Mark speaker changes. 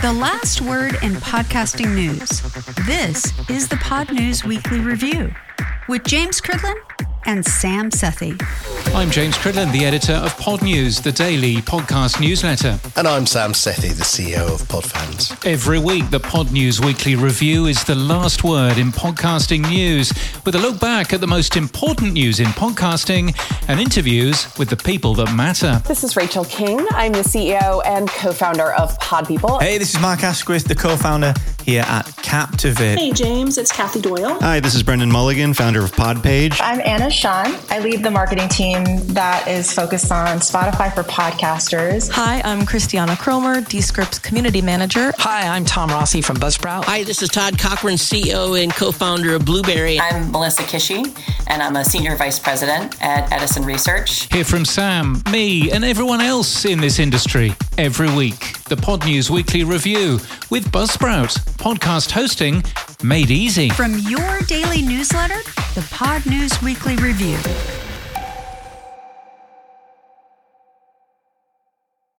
Speaker 1: The last word in podcasting news. This is the Pod News Weekly Review with James Cridlin and Sam Sethi.
Speaker 2: I'm James Cridlin, the editor of Pod News, the daily podcast newsletter.
Speaker 3: And I'm Sam Sethi, the CEO of Podfans.
Speaker 2: Every week, the Pod News Weekly Review is the last word in podcasting news, with a look back at the most important news in podcasting and interviews with the people that matter.
Speaker 4: This is Rachel King. I'm the CEO and co founder of Pod People.
Speaker 5: Hey, this is Mark Asquith, the co founder here at Captivate.
Speaker 6: Hey, James, it's Kathy Doyle.
Speaker 7: Hi, this is Brendan Mulligan, founder of Podpage.
Speaker 8: I'm Anna Sean. I lead the marketing team that is focused on Spotify for podcasters.
Speaker 9: Hi, I'm Christiana Cromer, Descript's community manager.
Speaker 10: Hi, I'm Tom Rossi from Buzzsprout.
Speaker 11: Hi, this is Todd Cochran, CEO and co founder of Blueberry.
Speaker 12: I'm Melissa Kishi, and I'm a senior vice president at Edison Research.
Speaker 2: Hear from Sam, me, and everyone else in this industry every week. The Pod News Weekly Review with Buzzsprout, podcast hosting made easy.
Speaker 1: From your daily newsletter, the Pod News Weekly Review.